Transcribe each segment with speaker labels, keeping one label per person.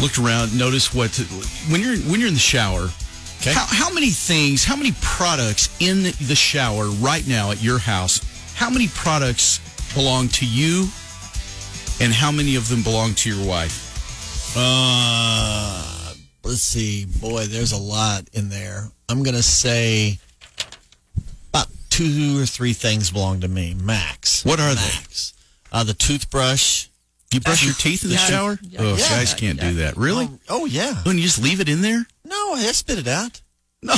Speaker 1: looked around, noticed what when you're when you're in the shower?
Speaker 2: Okay.
Speaker 1: How, how many things? How many products in the shower right now at your house? How many products belong to you, and how many of them belong to your wife?
Speaker 2: Uh, let's see. Boy, there's a lot in there. I'm going to say about two or three things belong to me, max.
Speaker 1: What are they?
Speaker 2: max. they? Uh, the toothbrush.
Speaker 1: You brush your teeth in the
Speaker 2: Yeah.
Speaker 1: shower? oh,
Speaker 2: Yeah.
Speaker 1: guys can't do that. Really?
Speaker 2: Oh, oh, yeah.
Speaker 1: Oh, and you just leave it in there?
Speaker 2: No, I spit it out.
Speaker 1: No.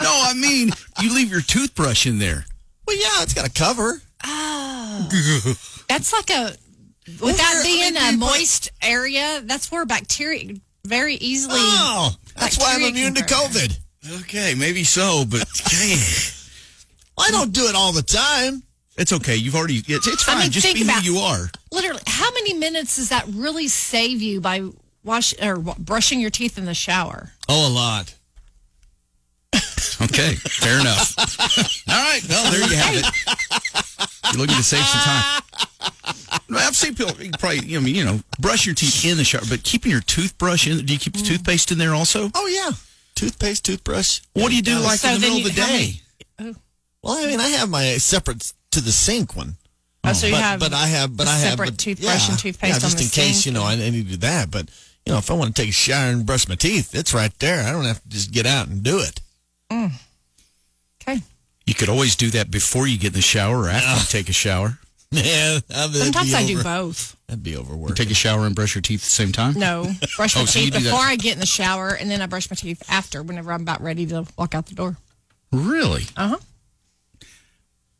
Speaker 1: no, I mean you leave your toothbrush in there.
Speaker 2: Well, yeah, it's got a cover.
Speaker 3: That's like a
Speaker 2: I
Speaker 3: without
Speaker 2: mean,
Speaker 3: being
Speaker 2: you
Speaker 3: a
Speaker 2: put-
Speaker 3: moist area. That's where bacteria very easily.
Speaker 2: Oh, that's why I'm
Speaker 3: Bacteria
Speaker 2: immune to
Speaker 3: converter.
Speaker 2: COVID.
Speaker 1: Okay, maybe so, but
Speaker 2: I don't do it all the time.
Speaker 1: It's okay. You've already. It's, it's
Speaker 3: I
Speaker 1: fine.
Speaker 3: mean,
Speaker 1: Just
Speaker 3: think
Speaker 1: be
Speaker 3: about-
Speaker 1: who you are.
Speaker 3: Literally, how many minutes does that really save you by wash or wa- brushing your teeth in the shower?
Speaker 2: Oh, a lot.
Speaker 1: Okay, fair enough. All right. Well, there you have it. You're looking to save some time. Well, I've seen people you probably. You know, I mean, you know, brush your teeth in the shower, but keeping your toothbrush in. Do you
Speaker 3: Mm.
Speaker 1: keep the toothpaste in there also?
Speaker 2: Oh, yeah. Toothpaste, toothbrush.
Speaker 1: What do you do like
Speaker 3: Oh, So
Speaker 1: in the
Speaker 3: then
Speaker 1: middle of the
Speaker 3: you- how
Speaker 1: day?
Speaker 3: many- oh.
Speaker 2: Well, I mean, I have my separate to the sink one.
Speaker 3: Oh, so you
Speaker 2: but,
Speaker 3: have
Speaker 2: but I have, but
Speaker 3: a
Speaker 2: I have
Speaker 3: separate
Speaker 2: but-
Speaker 3: toothbrush
Speaker 2: yeah,
Speaker 3: and toothpaste
Speaker 2: Yeah,
Speaker 3: on
Speaker 2: just
Speaker 3: the
Speaker 2: in case
Speaker 3: sink.
Speaker 2: you know I, I need to do that. But you know, if I want to take a shower and brush my teeth, it's right there. I don't have to just get out and do it.
Speaker 3: Okay.
Speaker 1: You could always do that before you get in the shower or after you take a shower.
Speaker 2: Yeah, that'd be
Speaker 3: Sometimes I do
Speaker 2: over-
Speaker 3: both.
Speaker 2: That'd be overworked.
Speaker 1: Take a shower and brush your teeth at the same time.
Speaker 3: No, brush my
Speaker 1: Oh, so you
Speaker 3: teeth
Speaker 1: do that.
Speaker 3: before I get in the shower, and then I brush my teeth after whenever I'm about ready to walk out the door.
Speaker 1: Really?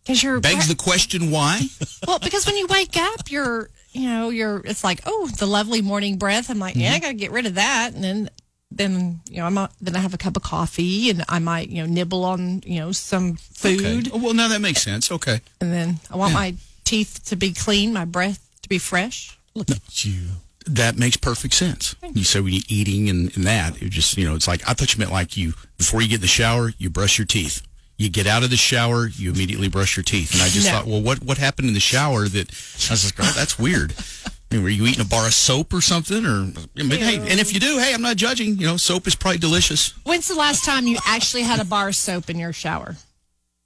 Speaker 3: Because you're
Speaker 1: Begs the question why?
Speaker 3: Well, because when you wake up, you're, you know, you're, it's like, oh, the lovely morning breath. I'm like, yeah, I got to get rid of that. And then, then, you know, I'm, a, then I have a cup of coffee and I might, you know, nibble on, you know, some food.
Speaker 1: Okay. Oh, well, now that makes sense. Okay.
Speaker 3: And then I want my teeth to be clean, my breath to be fresh.
Speaker 2: Look at you.
Speaker 1: That makes perfect sense. You said when you're eating and, and that, it just, you know, it's like, I thought you meant like you, before you get in the shower, you brush your teeth. You get out of the shower, you immediately brush your teeth. And I just
Speaker 3: No.
Speaker 1: thought, well, what, what happened in the shower that I was like, oh, that's weird. I mean, were you eating a bar of soap or something? Or, I mean, hey, and if you do, hey, I'm not judging. You know, soap is probably delicious.
Speaker 3: When's the last time you actually had a bar of soap in your shower?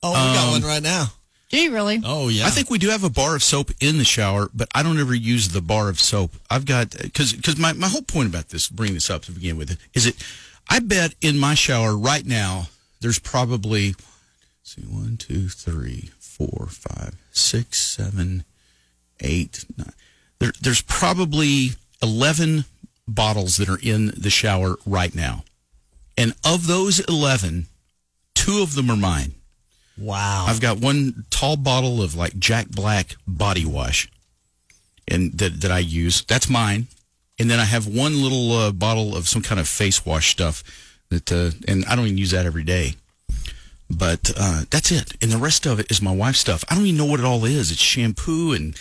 Speaker 2: Oh, we got one right now.
Speaker 3: Do you really?
Speaker 2: Oh yeah.
Speaker 1: I think we do have a bar of soap in the shower, but I don't ever use the bar of soap. I've got because because my, my whole point about this, bring this up to begin with, is it. I bet in my shower right now, there's probably let's see one, two, three, four, five, six, seven, eight, nine. There, there's probably eleven bottles that are in the shower right now, and of those eleven, two of them are mine.
Speaker 2: Wow.
Speaker 1: I've got one tall bottle of like Jack Black body wash, and that that I use. That's mine. And then I have one little uh, bottle of some kind of face wash stuff that, uh, and I don't even use that every day. But uh, that's it. And the rest of it is my wife's stuff. I don't even know what it all is. It's shampoo and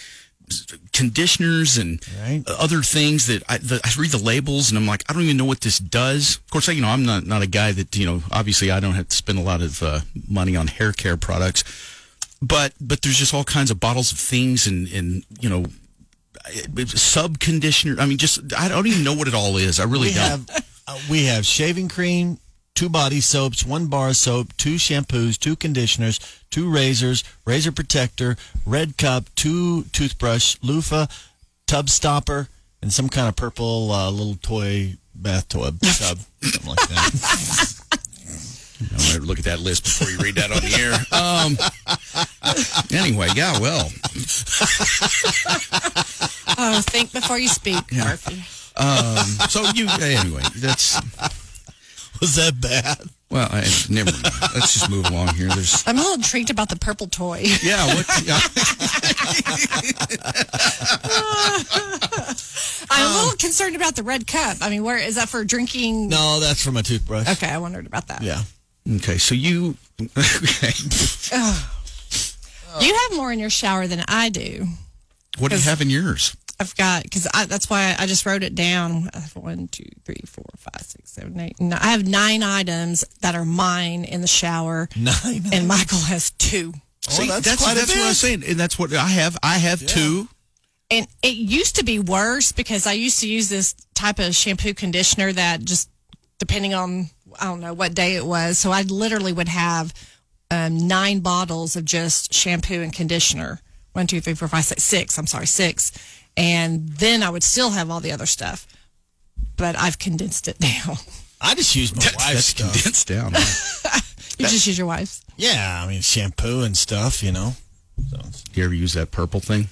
Speaker 1: conditioners and uh,
Speaker 2: Right.
Speaker 1: other things that I, the, I read the labels and I'm like, I don't even know what this does. Of course, I, you know, I'm not, not a guy that, you know, obviously I don't have to spend a lot of uh, money on hair care products, but, but there's just all kinds of bottles of things and, and, you know, sub conditioner. I mean, just, I don't even know what it all is. I really
Speaker 2: we
Speaker 1: don't.
Speaker 2: have uh, we have shaving cream, two body soaps, one bar of soap, two shampoos, two conditioners, two razors, razor protector, red cup, two toothbrush, loofah, tub stopper, and some kind of purple uh, little toy bath tub, tub something like that.
Speaker 1: I don't ever look at that list before you read that on the air. Um, anyway, yeah, well,
Speaker 3: Oh, think before you speak, Murphy.
Speaker 1: um, so you, anyway, that's,
Speaker 2: Was that bad?
Speaker 1: well, I, never mind. Let's just move along here. There's,
Speaker 3: I'm a little intrigued about the purple toy.
Speaker 1: Yeah, what? yeah.
Speaker 3: concerned about the red cup. I mean, where is that for drinking?
Speaker 2: No, that's from a toothbrush.
Speaker 3: Okay, I wondered about that.
Speaker 2: Yeah.
Speaker 1: Okay, so you. Okay.
Speaker 3: You have more in your shower than I do.
Speaker 1: What do you have in yours?
Speaker 3: I've got because that's why I just wrote it down. I have one, two, three, four, five, six, seven, eight. Nine. I have nine items that are mine in the shower,
Speaker 2: Nine.
Speaker 3: and Michael has two.
Speaker 1: See,
Speaker 2: Oh, that's
Speaker 1: that's
Speaker 2: quite a
Speaker 1: that's what
Speaker 2: bit.
Speaker 1: I'm saying, and that's what I have. I have two.
Speaker 3: And it used to be worse because I used to use this type of shampoo conditioner that just depending on I don't know what day it was, so I literally would have um, nine bottles of just shampoo and conditioner. One, two, three, four, five, six, six. I'm sorry, six. And then I would still have all the other stuff, but I've condensed it down.
Speaker 2: I just use my
Speaker 1: That's,
Speaker 2: wife's
Speaker 1: that's
Speaker 2: stuff.
Speaker 1: condensed down.
Speaker 3: You just use your wife's.
Speaker 2: Yeah, I mean shampoo and stuff, you know. So.
Speaker 1: you ever use that purple thing?